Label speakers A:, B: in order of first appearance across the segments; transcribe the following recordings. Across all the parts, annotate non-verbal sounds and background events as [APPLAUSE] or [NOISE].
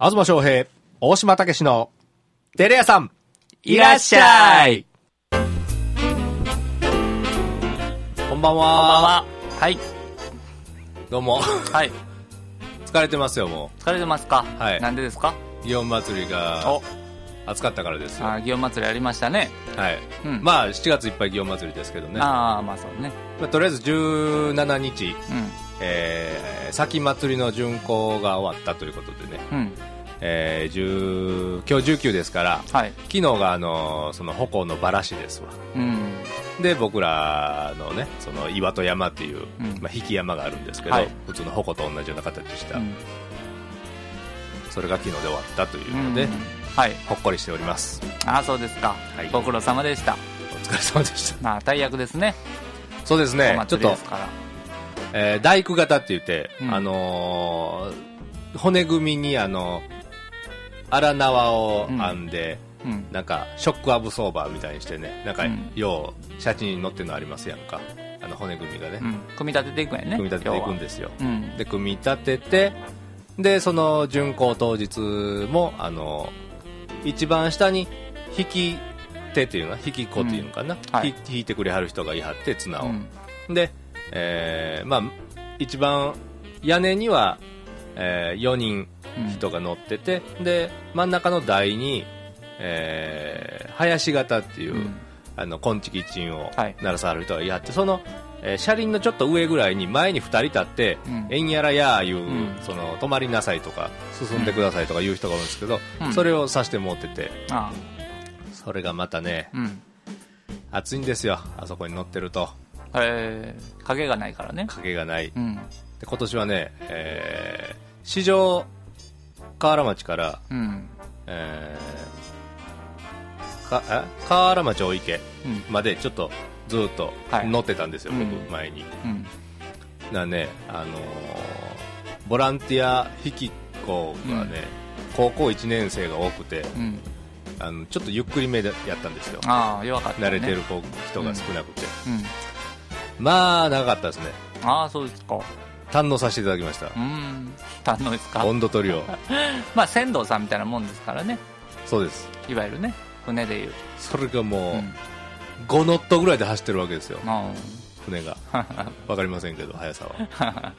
A: 東翔平、大島武史の、テレ屋さん、
B: いらっしゃい
A: こんばんは。
B: こんばんは。はい。
A: どうも。
B: はい。
A: 疲れてますよ、も
B: 疲れてますか
A: はい
B: なんでですか
A: う。祇園祭りが、
B: お、
A: 暑かったからですよ。
B: あ
A: はい。
B: ー祇園祭りありましたね。うん
A: まあ、7月いっぱい祇園祭りですけどね。ま
B: ああ、まあそうね。
A: あ、とりあえず17日、
B: う
A: えー、先祭りの巡行が終わったということでね。
B: ん。うん。
A: えー、10今日19ですから、
B: はい。
A: 昨日があのーその鉾のバラしですわ。
B: うん。
A: で僕らのねその岩戸山っていう、
B: うん
A: まあ、引き山があるんですけど、
B: はい
A: 普通の鉾と同じような形した、
B: うん
A: それが昨日で終わったというので、
B: うんはい。
A: ほっこりしております
B: ああ、そうですか。
A: はい
B: ご苦労様でした。
A: お疲れ様でした [LAUGHS]
B: まあ、大役ですね。
A: そうです
B: お
A: ねちょ
B: 祭
A: っ
B: り
A: と
B: です、から。
A: えー大工型って言って、
B: うん
A: あのー骨組みにあの荒縄を編んで、
B: うん。
A: なんかショックアブソーバーみたいにしてねなんか、
B: うん
A: よう写真に載ってるのありますやんかあの骨組みがね、
B: うん。組み立てていくんやね。
A: 組み立てていくん
B: で。
A: ですよ
B: うん。
A: で組み立ててでその巡行当日もあの一番下に引き手っていうのは引き子っていうのかな、
B: はい
A: ひ引いてくれはる人がいはって綱
B: う
A: を、
B: ん。
A: で、えーまあ一番屋根には、え4人人が乗ってて、で真ん中の台に、えー林型っていう、
B: うん
A: あのコンチキチンを
B: はい
A: 鳴らさはる人がいはって、その、えー車輪のちょっと上ぐらいに前に2人立って、
B: うん
A: えんやらやーいう、
B: ん
A: その止まりなさいとか進んでくださいとか言う人が多いんですけど、
B: うん
A: それをさして持ってて
B: ああ。
A: それがまたね
B: うん。
A: 暑いんですよあそこに乗ってると
B: えー、影がないからね。
A: 影がない
B: うん。
A: で今年はね、えー、市場河原町から、
B: うん。
A: えーかあ河原町大池
B: うん。
A: までちょっとずっと
B: はい
A: 乗ってたんですよ、
B: うん
A: 僕前に、
B: うん。
A: なね、あのーボランティア引きっ子がね、高校1年生が多くて
B: うん。
A: あのちょっとゆっくりめでやったんですよ
B: ああ、弱かった、ね。
A: 慣れてる。子人が少なくて、
B: うん。
A: まあ長かったですね
B: ああ、そうですか。
A: 堪能させていただきまし
B: う
A: た
B: ん。堪能ですか。
A: 温度取りを
B: まあ、船頭さんみたいなもんですからね。
A: そうです
B: いわゆるね、船でいう。
A: それがもう、
B: うん
A: 5ノットぐらいで走ってるわけですよ
B: あ
A: 船
B: [LAUGHS]
A: がわかりませんけど速さは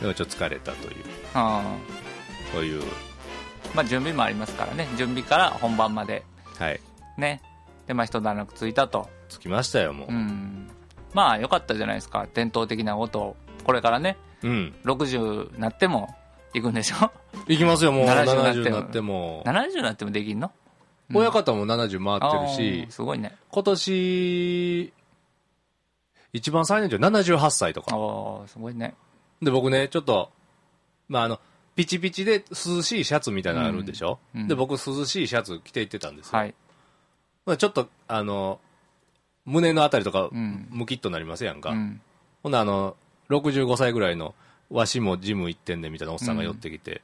A: でもちょっと疲れたという
B: ああ
A: そういう
B: あまあ、準備もありますからね。準備から本番まで。
A: はい
B: ね。で、まあ、一段落ついたと。
A: 着きましたよも
B: うん。まあ、良かったじゃないですか。伝統的な音を。これからね、
A: ううん
B: 60なっても行くんでしょ
A: 行きますよもう
B: 70
A: 70に
B: に
A: な
B: な
A: っ
B: ってて
A: も
B: ?70 なってもできんのうん
A: 親方も70回ってる
B: ああ
A: し
B: すごいね。
A: 今年一番最年長78歳とか
B: ああ、すごいね。
A: で僕ねちょっとまああのピチピチで涼しいシャツみたいなのあるでしょ、
B: うんうん
A: で僕涼しいシャツ着て行ってたんですよ、
B: はい。
A: まあちょっとあの胸のあたりとか
B: うん
A: ムキッとなりますやんか、
B: うん。
A: ほんなあの、65歳ぐらいの、わしもジム行ってんねんみたいなおっさんが寄ってきて、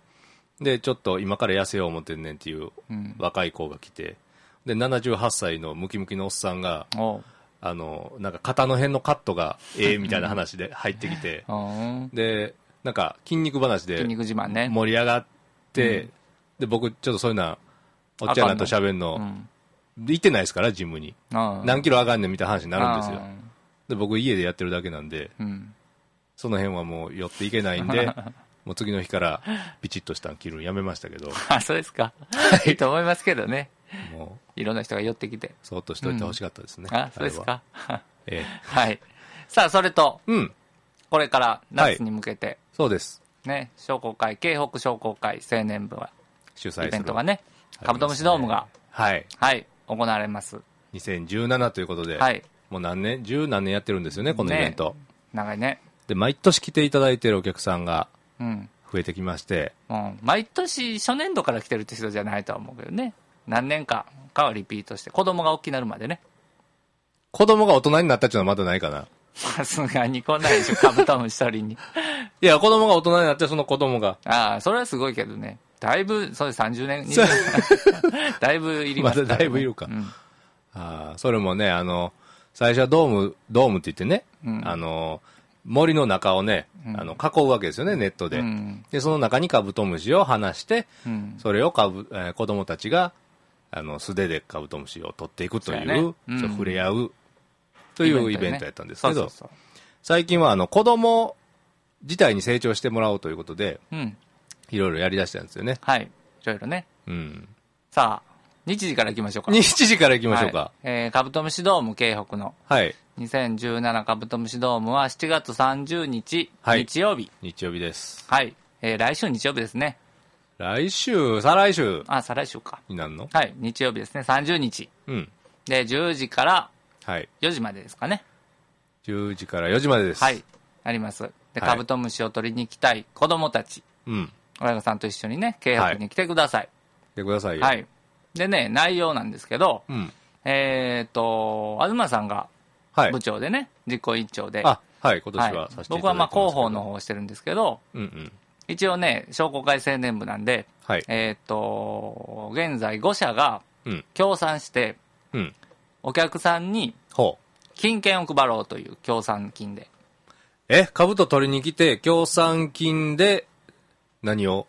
A: で、ちょっと今から痩せよう思ってんねんっていう
B: うん。
A: 若い子が来て、で、78歳のムキムキのおっさんが、
B: おう
A: あの、なんか肩の辺のカットがええみたいな話で入ってきて、
B: ああ
A: で、なんか筋肉話で
B: 筋肉自慢ね。
A: 盛り上がって、で、僕ちょっとそういうな、おっちゃんらと喋ん
B: う
A: の、
B: ん。
A: 行ってないですから、ジムに。
B: ああ
A: 何キロ上がんねんみたいな話になるんですよ。
B: あ
A: で、僕家でやってるだけなんで、
B: あうん。
A: その辺はもう寄っていけないん
B: [LAUGHS]
A: で、もう次の日からピチッとしたん着るんやめましたけど、
B: あ、そうですか。 [LAUGHS] いいと思いますけどね。
A: もう、
B: いろんな人が寄ってきて。
A: そっとしといてほしかったですね。
B: あ、そうです
A: あれは。
B: か。 [LAUGHS]
A: ええ
B: はい。さあ、それと、
A: うん、
B: これから夏に向けて、
A: そうです。
B: ね、商工会、京北商工会青年部は、
A: 主催する。
B: イベントが
A: あ
B: ね、
A: りますね
B: カブトムシドームが、
A: はい。
B: はい、行われます。
A: 2017ということで、
B: はい。
A: もう何年、十何年やってるんですよね、このイベント。
B: 長いね。
A: で、毎年来ていただいてるお客さんが
B: うん。
A: 増えてきまして、
B: うん。毎年、初年度から来てるって人じゃないとは思うけどね。何年かかはリピートして、子供が大きくなるまでね。 [LAUGHS]
A: 子供が大人になったっていうのはまだないかな。
B: さすがに来ない
A: [LAUGHS]
B: でしょ、カブトムシ取りに。
A: いや、子供が大人になって、その子供が、
B: ああ、それはすごいけどね。だいぶ、それ30年、20年 [LAUGHS] だいぶいりますから、
A: ま
B: ね。
A: だだいぶいるか
B: うん。
A: あーそれもね、あの、最初はドーム、ドームって言ってね、あの、森の中をね、
B: うん
A: あの囲うわけですよねネットで,、
B: うん
A: でその中にカブトムシを放して
B: うん
A: それをカブ、えー子供たちがあの素手でカブトムシを取っていくという
B: そうやねうん
A: そう触れ合うというイベント
B: ね
A: やったんですけど、
B: そうそうそ
A: 最近はあの子供自体に成長してもらおうということで
B: ううん
A: いろいろやりだしたんですよね、
B: はいいろいろね
A: うん、
B: さあ日時からいきまし
A: [LAUGHS]
B: ょうか
A: 7時から行きましょうか
B: はいえーカブトムシドーム京北の
A: はい、
B: 2017カブトムシドームは7月30日、
A: はい
B: 日曜日
A: 日曜日です
B: はい、えー来週日曜日ですね
A: 来週再来週
B: あ再来週か
A: になるの
B: はい日曜日ですね30日
A: うん
B: で10時から
A: はい
B: 4時までですかね
A: 10時から4時までです
B: はいありますで
A: はい
B: カブトムシを取りに来たい子供たち
A: うん
B: 親御さんと一緒にね京北に来てください、
A: でくださいよ
B: はい。でね、内容なんですけど、
A: うん
B: えっ、と、東さんが
A: はい
B: 部長でね、実行委員長で、
A: あはい今
B: は
A: 年はさせてい
B: 僕
A: ただ
B: はい
A: て
B: まあ
A: すけど
B: 広報の方をしてるんですけど、
A: うんうん
B: 一応ね、商工会青年部なんで、
A: はい
B: えっ、と、現在5社が
A: うん
B: 協賛して、
A: うん
B: お客さんに
A: ほう
B: 金券を配ろうという協賛金で、
A: え株と取りに来て協賛金で何を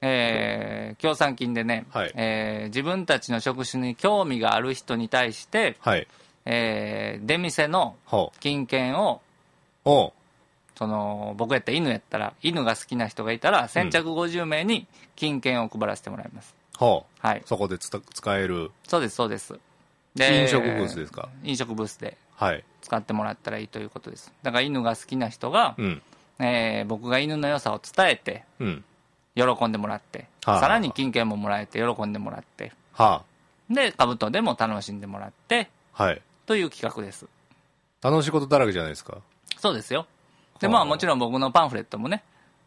B: えー協賛金でね、
A: はい
B: えー自分たちの職種に興味がある人に対して、
A: はい
B: えー出店の
A: ほう
B: 金券を
A: おう
B: その僕やったら犬やったら犬が好きな人がいたら先着50名に金券を配らせてもらいます、
A: ほう
B: はい
A: そこでつた使える
B: そうですそうです
A: 飲食ブースですすか
B: 飲食ブースで
A: はい
B: 使ってもらったらいいということですだから犬が好きな人が、
A: うん
B: えー僕が犬の良さを伝えて
A: うん
B: 喜んでもらって、
A: はあ
B: さらに金券ももらえて喜んでもらって
A: は
B: でカブトでも楽しんでもらって
A: あはい
B: という企画です
A: 楽しいことだらけじゃないですか
B: そうですよで
A: はあ
B: まあもちろん僕のパンフレットもね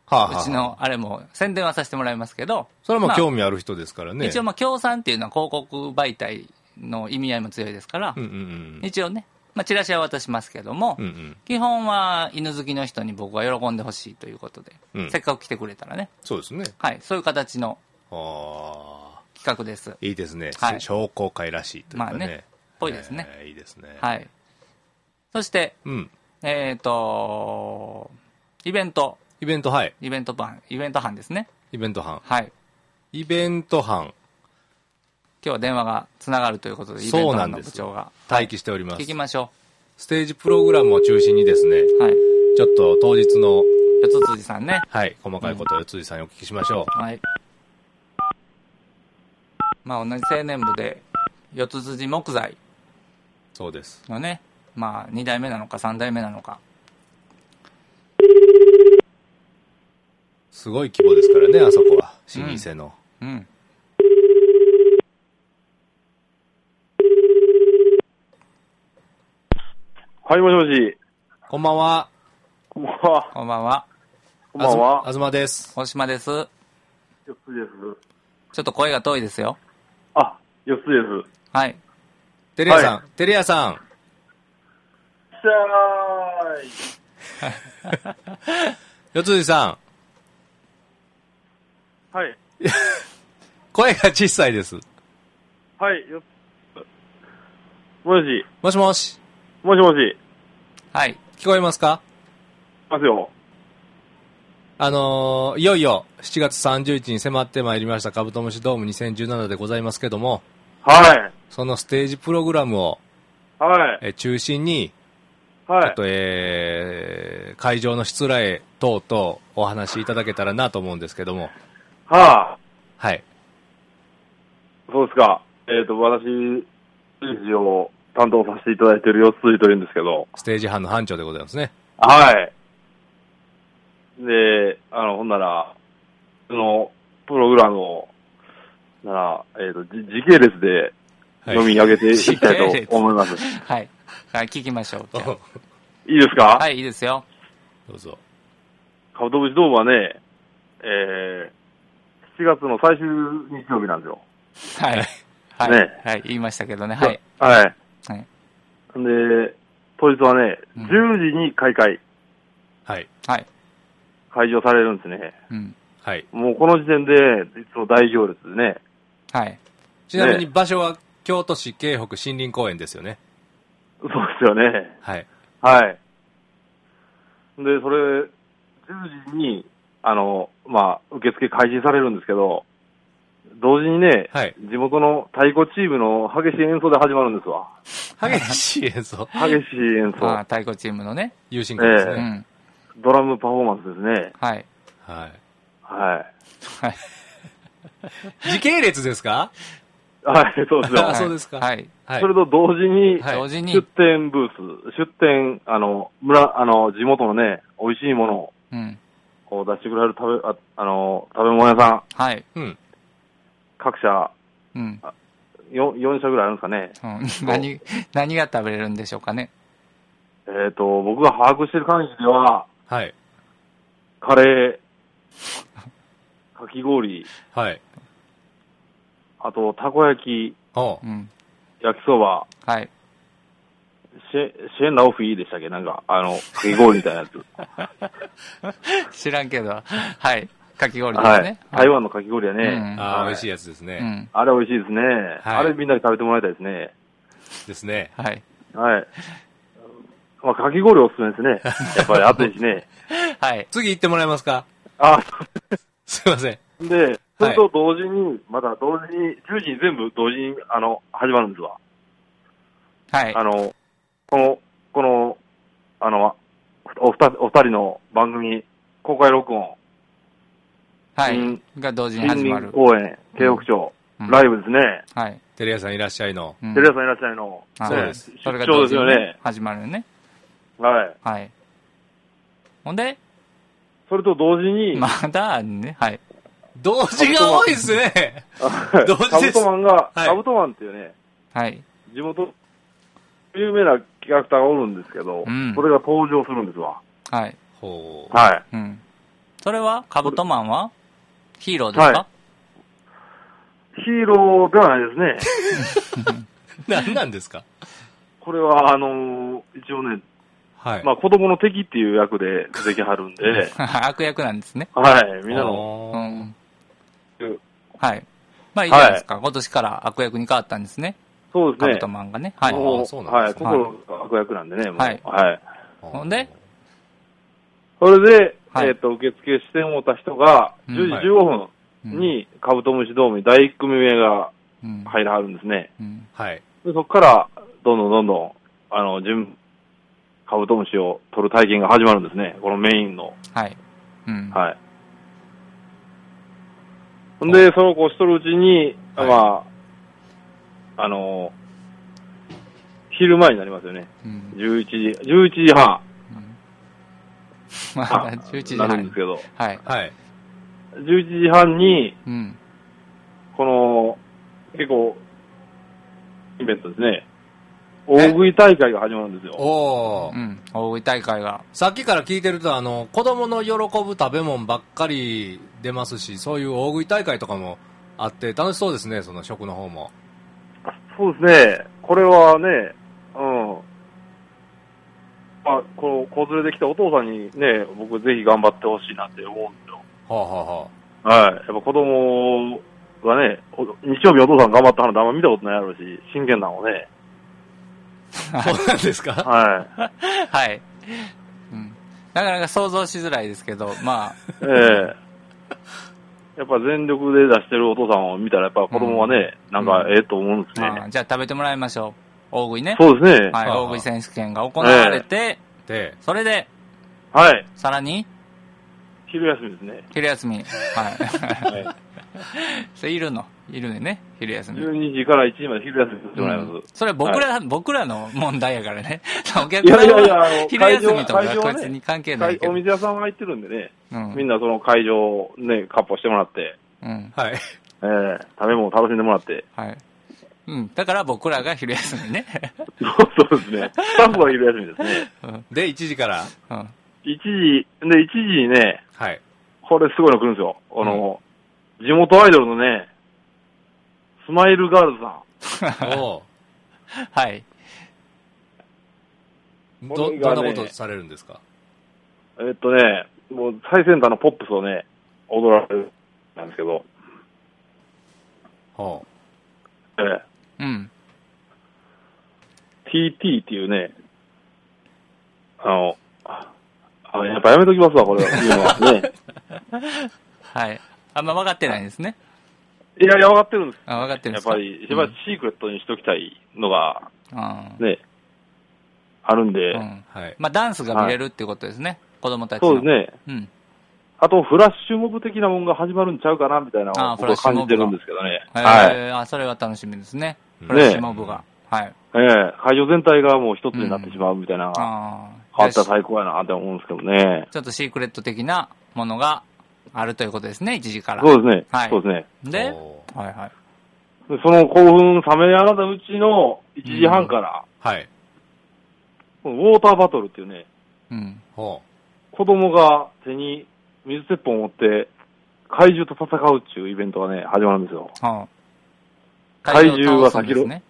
A: はあはあ
B: うちのあれも宣伝はさせてもらいますけど
A: それはま
B: ま
A: あ
B: あ
A: 興味ある人ですからね
B: 一応まあ協賛っていうのは広告媒体の意味合いも強いですから、
A: うんうん
B: 一応ね、まあ、チラシは渡しますけども、
A: うんうんうん
B: 基本は犬好きの人に僕は喜んでほしいということで、
A: うん
B: せっかく来てくれたらね、
A: そうですね
B: はい、そういう形の
A: ああ
B: 企画ですっ
A: いいですね、
B: はい
A: 商工会らしいというかね,、
B: まあねぽいですね、
A: えーいいですね
B: はい、そして
A: うん
B: えっ、とイベント
A: イベントはい
B: イベント班イベント班ですね
A: イベント班
B: はい
A: イベント班
B: 今日は電話がつながるということでイベン
A: そ
B: ト
A: うなん
B: 班の
A: です
B: 部長が
A: 待機しております、
B: 聞きましょ
A: ステージプログラムを中心にですね
B: うはい
A: ちょっと当日の
B: 四つ辻さんね
A: はい細かいことを四辻さんにお聞きしましょう、
B: はい。まあ同じ青年部で、四つ筋木材
A: そうです
B: のね、まあ2代目なのか3代目なのか。
A: すごい規模ですからねあそこは老舗の、
B: うん。
C: はい、もしもし。
A: こんばんは
C: こんばんは。
B: こんばんは。
C: こんばんは。
A: あずまです
B: 大島です。
C: 四つです。
B: ちょっと声が遠いですよ。
C: あ、四つです。
B: はい。
A: テレヤさん、
C: は
A: テレヤさん
C: しゃーい。
A: 四辻さん
C: はい。
A: 声が小さいです
C: はい、よもし
A: も
C: もし。
A: しもし
C: もしもし。
B: はい。
A: 聞こえますか
C: ますよ。
A: あのーいよいよ7月31日に迫ってまいりましたカブトムシドーム2017でございますけども、
C: はい。
A: そのステージプログラムを、
C: はい。
A: えー中心に、
C: は
A: ちょっと、えー会場の失礼等々お話しいただけたらなと思うんですけども、
C: い。はあ。
A: はい。
C: そうですか。えっ、と、私、ステージを担当させていただいている四つというんですけど。
A: ステージ班の班長でございますね。
C: はい。で、あの、ほんなら、その、プログラムを、なら、えっ、と、じ時系列で、
A: はい。
C: 読み上げていきたいと思います。
B: はい。はい、聞きましょう。じゃ
A: ど
C: いいですか、
B: あ
C: [LAUGHS]
B: はい、いいですよ。
A: うぞ。
C: カブトムシドームはね、えー、7月の最終日曜日なんですよ。
B: はい。はい。
C: ね
B: はい、言いましたけどね。はい。。
C: はい。
B: はい。
C: で、当日はね、
B: うん
C: 10時に開会、
A: はい。
B: はい。
C: 開場されるんですね。
B: うん。
A: はい。
C: もうこの時点で、いつも大行列でね。
B: はい。
A: ちなみに場所は京都市京北森林公園ですよね。
C: そうですよね。
A: はい。
C: はい。で、それ、10時に、あの、まあ、受付開始されるんですけど、同時にね、
A: はい
C: 地元の太鼓チームの激しい演奏で始まるんですわ。
A: 激しい演
C: [LAUGHS]
A: 奏。
C: 激しい演
B: ああ、
C: 奏。
B: 太鼓チームのね。
A: 友人会です
B: う
A: ね。
B: ん。
C: ドラムパフォーマンスですね。
B: はい。
A: はい。
C: はい。
B: はい。
A: 時系列ですか
C: はい、 [LAUGHS] そうですよ。
A: あそうですか
B: はい。
A: はい
C: そ。れと同時に、
A: はい
B: 同時に
C: 出、店ブース、出店、あの、村、あの、地元のね、美味しいものを
B: うん。
C: こう出してくれる食べ、ああの、食べ物屋さん、
B: はい。
A: うん。
C: 各社、
B: うん。
C: 4, 4社ぐらいあるんですかね。
B: うん何、何が食べれるんでしょうかね。
C: えっ、と、僕が把握してる限りでは、
A: はい。
C: カレー、 [LAUGHS] かき氷、
A: はい。
C: あと、たこ焼き、
A: おう
B: うん。
C: 焼きそば、
B: はい。
C: シェシェンラオフィーでしたっけなんか、あの、かき氷みたいなやつ。
B: 知らんけど、はい。かき氷で
C: は
B: す
C: い
B: ね。。
C: 台湾のかき氷やね。
B: うん
A: ああ、美味しい
C: い。
A: やつです
B: う
A: ね。
B: ん。
C: あれ美味しいですね。
A: はい
C: あれみんなで食べてもらいたいですね。
A: ですね。
B: はい。
C: はい。まあ、かき氷おすすめですね。やっぱり暑いしね。
B: はい。
A: 次行ってもらえますか [LAUGHS]
C: あ、
A: すいません。
C: で、それと同時に、また同時に、10時に全部同時に、あの、始まるんですわ。
B: はい。
C: あの、この、この、あの、お二お二人の番組、公開録音、
B: は
C: うん
B: い。が同時に
C: 森
B: 始ま
C: 林
B: る。
C: 公園、京北町、
B: うん
C: ライブですね。
B: はい。
A: テレ屋さんいらっしゃいの。
B: うん
C: テレ朝さんいらっしゃいの。
B: はい
A: そうです
B: それが
C: 出張
B: 同
C: です
B: 時に
C: よね。
B: 始まるね。
C: はい。
B: はい。ほんで、
C: それと同時に、
B: まだね、はい。
A: 同時が多いですね。同時
C: [LAUGHS] カ
A: で
C: ブ
A: す
C: トマンが、
A: はい
C: カブトマンっていうね、
B: はい。
C: 地元、有名なキャラクターがおるんですけど、
B: うん
C: それが登場するんですわ。
B: はい。
A: [LAUGHS] ほう。
C: はい。
B: うん。それは、カブトマンはヒーローですか、
C: はヒーローではないですね。
A: 何なんですか
C: これは、あのー一応ね、
A: はい。
C: まあ子供の敵っていう役で出てきはるんで
B: [LAUGHS] 悪役なんですね。
C: はい、みんなの、
B: う
A: の。
B: ん。
C: うん
B: はい。まあいいじゃないですか。今年から悪役に変わったんですね。
C: そうです
B: カ
C: ね
B: ブト。マンがね。はい。
A: あ
C: も
A: ーそうなん
C: は
A: で
C: い、
A: すね
C: 心が悪役なんでね、もう
B: はい
C: はい。
B: ほんで
C: それで、
B: はい
C: えっ、と、受付してもうた人が、
B: う
C: 10
B: ん
C: 時15
B: うん
C: 分に、カブトムシドームに第1組目が
B: うん。
C: 入らはるんですね。
B: うん
A: はい。
C: でそこから、どんどんどんどん、あの、順、カブトムシを取る体験が始まるんですね。このメインの。
B: はい。うん。
C: はい。ほんで、その子をしとるうちに、
A: はい
C: まあ、あの昼前になりますよね。
B: うん。
C: 11時、11時半。
B: [LAUGHS] うんまだ
C: あ
B: 11時
C: なるんです
B: 半。
C: けど、
B: はい。
A: はい。
C: 11時半に、
B: うん。
C: この、結構、イベントですね。大食い大会が始まるんですよ。
A: おー。
B: うん。大食い大会が。
A: さっきから聞いてると、あの、子供の喜ぶ食べ物ばっかり出ますし、そういう大食い大会とかもあって、楽しそうですね、その食の方も。
C: そうですね。これはね、うん。まあ、この、子連れで来たお父さんにね、僕ぜひ頑張ってほしいなって思うんですよ。
A: はあ、はあは
C: はい。やっぱ子供がね、お日曜日お父さん頑張ったのってあんま見たことないやろうし、真剣なのね。
A: あ、そうなんですか
C: はい。
B: はい。うん。なかなか想像しづらいですけど、まあ、
C: ええやっぱ全力で出してるお父さんを見たら、やっぱ子供はね、なんかええと思うん [LAUGHS] ですね。
B: まあ、じゃあ食べてもらいましょう。大食いね。
C: そうですね。
B: はい、
A: はい
B: 大食い選手権が行われて、
A: で、
B: それで、
C: はい。
B: さらに、
C: 昼休みですね。
B: 昼休み。はい。
C: はい
B: [LAUGHS] それいるのいるね、昼休み。
C: 12時から1時まで昼休みさせてもらいます。
B: うんそれ僕ら、僕らの問題やから
C: [LAUGHS]
B: ね。お客
C: い
B: さ
C: や
B: ん
C: いやいや
B: は
C: あの
B: 昼休みとか
C: 会場は会場はね
B: 別に関係ないけ
C: お
B: ど。
C: 店屋さんは入ってるんでね、
B: うん
C: みんなその会場をね、カッポしてもらって、
B: うん。
A: はい。
C: ええ食べ物を楽しんでもらって。
B: はい。うん。だから僕らが昼休みね。 [LAUGHS]
C: そうですね。スタッフは昼休みですね。
B: うん。
A: で、1時から、
B: うん。
C: 1時、で、1時にね、
A: [LAUGHS] はい。
C: これすごいの来るんですよ。あの、地元アイドルのね、スマイルガールズさ
A: おー
B: はい。
C: ん。
A: ど、どんなことされるんですか
C: えっとね、もう最先端のポップスをね、踊られるなんですけど、
A: ほ
C: え
B: うん。
C: え TT っていうね、あの、ああやっぱやめときますわ、これは。言うのは
B: [LAUGHS]
C: ね。
B: はい。あんま分かってないんですね。
C: いやいや、分かってるんです。
B: あ分かってるんで
C: やっ
B: すか
C: ぱり、やっぱりシークレットにしときたいのが、
B: うん
C: ね、あるんで、
B: うんうん
A: はい。
B: まあ、ダンスが見れるっていうことですね。子供たちの。
C: そうですね。
B: うん。
C: あと、フラッシュモブ的なもんが始まるんちゃうかな、みたいなの
B: あ
C: を
B: フラ
C: 僕
B: ッ
C: は
B: シュ
C: 感
B: モ
C: じ
B: ブ
C: て
B: が
C: るんですけどね。
B: え
C: はい。
B: ーあ、それは楽しみですね。
A: うん
B: フラッシュモブが。はい。
C: ええ会場全体がもう一つになってしまうみたいな、変
B: ああ。
C: わったら
B: ちょ
C: 最高やなって思うんですけどね。
B: っとシークレット的なものがあるということですね、1時から。
C: そうですね。
B: はい
C: そうですね。
B: で、
A: おー
B: はいはい。
C: でその興奮冷めやらないうちの1時半から、
A: はい。
C: このウォーターバトルっていうね、
B: うん。
A: ほ
C: 子供が手に水鉄砲を持って、怪獣と戦うっていうイベントがね、始まるんですよ。
B: はあ、
C: 怪獣は
B: 怪を倒すんですね。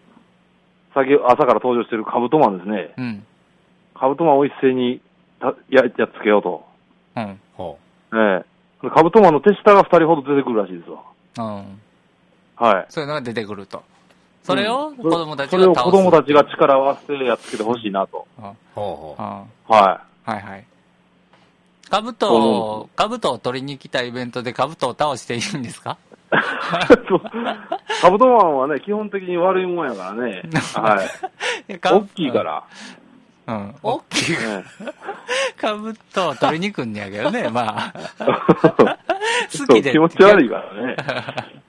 C: 先、朝から登場してるカブトマンですね。
B: うん。
C: カブトマンを一斉にたややっつけようと。
B: うん。
A: う。ほ
C: ええカブトマンの手下が2人ほど出てくるらしいですわ。
B: うん。
C: はい。
B: そういうのが出てくると。それを
C: うん
B: 子供たち
C: そ
B: が
C: れを
B: 倒す。
C: 子供たちが力を合わせてやっつけてほしいなと。
B: は
A: う。ほ
B: あは
C: は
B: あはいはい。カブトを、カブトを取りに来たイベントでカブトを倒していいんですか
C: い。そうカブトマンはね、基本的に悪いもんやからね。はい。 [LAUGHS] 大きいか。
B: う
C: ら。
B: んうん。大きい。
C: え
B: カブトを取りに来んねやけどね、まあ。
C: え
B: 好
C: [LAUGHS] そ
B: き
C: う
B: で。
C: 気持ち [LAUGHS] 悪いからね。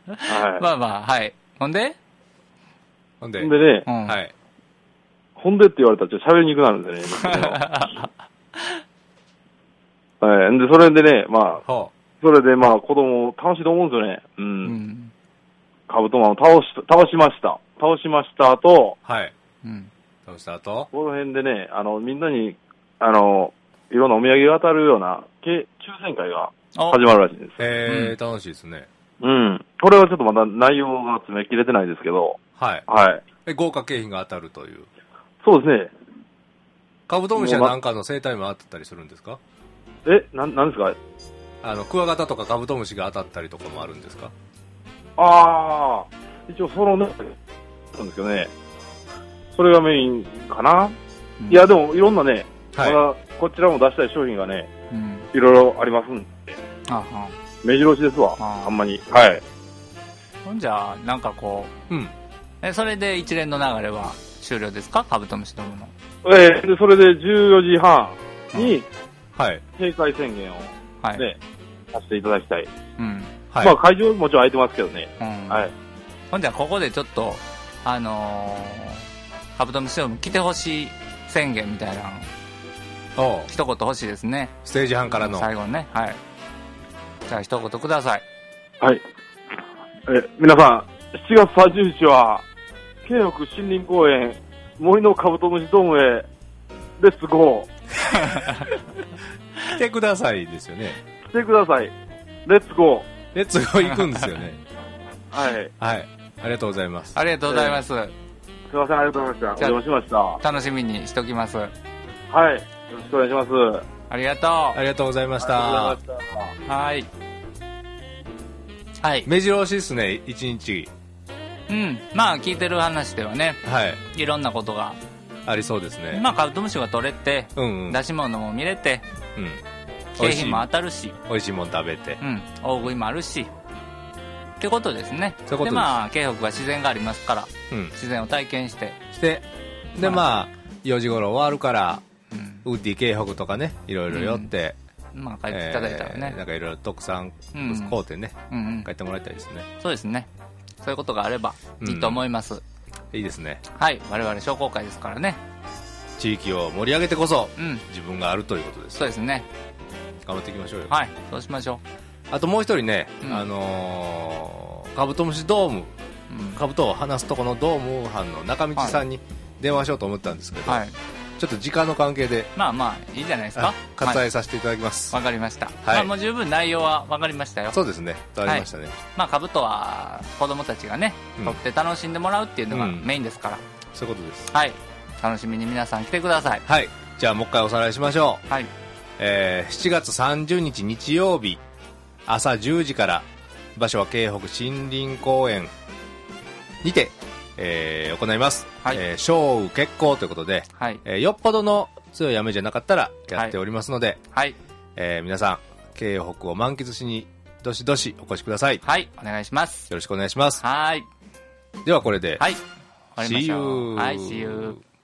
C: はい。
B: まあまあ、はい。ほんで
A: う。ほんで
C: ほん、でね
B: う、ん。
A: はい。
C: ほんでって言われたらちょっと喋りにくくなるんでね。はい。んで、それでね、まあ、
A: ほ
C: それでまあ子供楽しいと思うんですよね。う。
B: うんん。
C: カブトマンを倒し、倒しました。倒しました後、
A: う。はい。
B: うん。
A: どうした後
C: この辺でね、あの、みんなに、あの、いろんなお土産が当たるような、け抽選会が
B: お
C: 始まるらしいんです。
A: え
B: うん
A: ー、楽しいですね。
C: うん。これはちょっとまだ内容が詰め切れてないですけど、
A: はい。
C: はい。
A: え豪華景品が当たるという。
C: そうです
A: カブトムシはなんかの生態も当たったりするんですか
C: ね。え、なん、なんですか
A: あの、クワガタとかカブトムシが当たったりとかもあるんですか
C: ああ、一応そのね、なんですけどね、それがメインかな、
B: うん
C: いや、でもいろんなね、
A: はい。
C: まだこちらも出したい商品がね、
B: うん。
C: いろいろありますんで、
B: あは
C: 目白押しですわ、
B: あー
C: あんまり。はい。
B: ほんじゃあ、なんかこ
A: うん。
B: う、え、それで一連の流れは終了ですかカブトムシどもの。
C: えーでそれで14時半に
A: はい。
C: 閉会宣言を
B: はい。
C: ね、させていただきたい。
B: うん。
A: はい。
C: まあ会場もちろん空いてますけどね。
B: うん。
C: はい。
B: ほんじゃあ、ここでちょっと、あのー、カブトムシども来てほしい宣言みたいな、
A: おう
B: 一言欲しいですね。
A: ステージ半からの。
B: 最後にね。はい。じゃあ、一言ください。
C: はい。え、皆さん、7月30日は、京北森林公園、森のカブトムシドームへ、レッツゴー。
A: 来てくださいですよね。
C: 来てください。レッツゴー。
A: レッツゴー行くんですよね。
C: はい。
A: はい。ありがとうございます。
B: ありがとうございます。
C: すいません、ありがとうございまし
B: じゃ
C: た。
B: あ
C: お邪魔しまし
B: 楽しみにしときます。
C: た。はい。よろしくお願いします。
B: ありがと
A: ありがとうございまし
C: あ
A: た
C: り。がとうございました。
B: う。はい。はい。
A: 目白押しですね、一日。
B: うん。まあ、聞いてる話ではね、
A: はい。
B: いろんなことが、
A: ありそうですね。
B: まあ、カブトムシが取れて、
A: うんうん。
B: 出し物も見れて、
A: うん。美
B: 景
A: 味しい
B: 品も当たるし、
A: 美味しいもん食べて
B: う。ん、大食いもあるし、ってことですね。
A: そういうことです
B: まあ、京北は自然がありますから、
A: うん。
B: 自然を体験して、
A: して、で、まあ、4時頃終わるから、ウッディ京北とかね、いろいろ寄って、
B: まあ、帰っていただいたら
A: えーな
B: ね
A: ん。かいろいろ特産
B: うん
A: 物買うてね、
B: うんうん
A: 帰。ってもらいたいですね。
B: そうですね。そういうことがあれば、
A: うん
B: いいと思います。
A: いいですね。
B: はい。我々商工会ですからね。
A: 地域を盛り上げてこそ、
B: うん。
A: 自分があるということです。
B: そうですね。
A: 頑張っていきましょうよ。
B: はい。そうしましょ
A: あともう一人ね、
B: うん
A: あのーカブトムシドーム、
B: う。うん。
A: カブトを話すとこのドーム班の中道さんに電話しようと思ったんですけど、
B: はい。
A: ちょっと時間の関係で、
B: まあまあ、いいじゃないですか
A: あ。割
B: はい
A: 愛させていただきます。
B: わかりました。
A: い
B: まあもう十分内容はわかりましたよ。
A: そうですね、伝わりましたね。
B: まあ、兜は子供たちがね、
A: うん
B: 取って楽しんでもらうっていうのが
A: うん
B: メインですから、
A: そういうことです。
B: はい。楽しみに皆さん来てください。
A: はい。じゃあもう一回おさらいしましょう。
B: はい。
A: えー7月30日日曜日、朝10時から、場所は京北森林公園にて、えー行います。
B: はい
A: えー、小雨決行ということで、
B: はい。
A: えーよっぽどの強い雨じゃなかったらやっておりますので、
B: はい。
A: えー皆さん京北を満喫しにどしどしお越しくださいよ
B: はい。お願いします。
A: ろしくお願いします
B: はい。
A: ではこれで、
B: はい。終わりましょう
A: See you
B: はい、See you.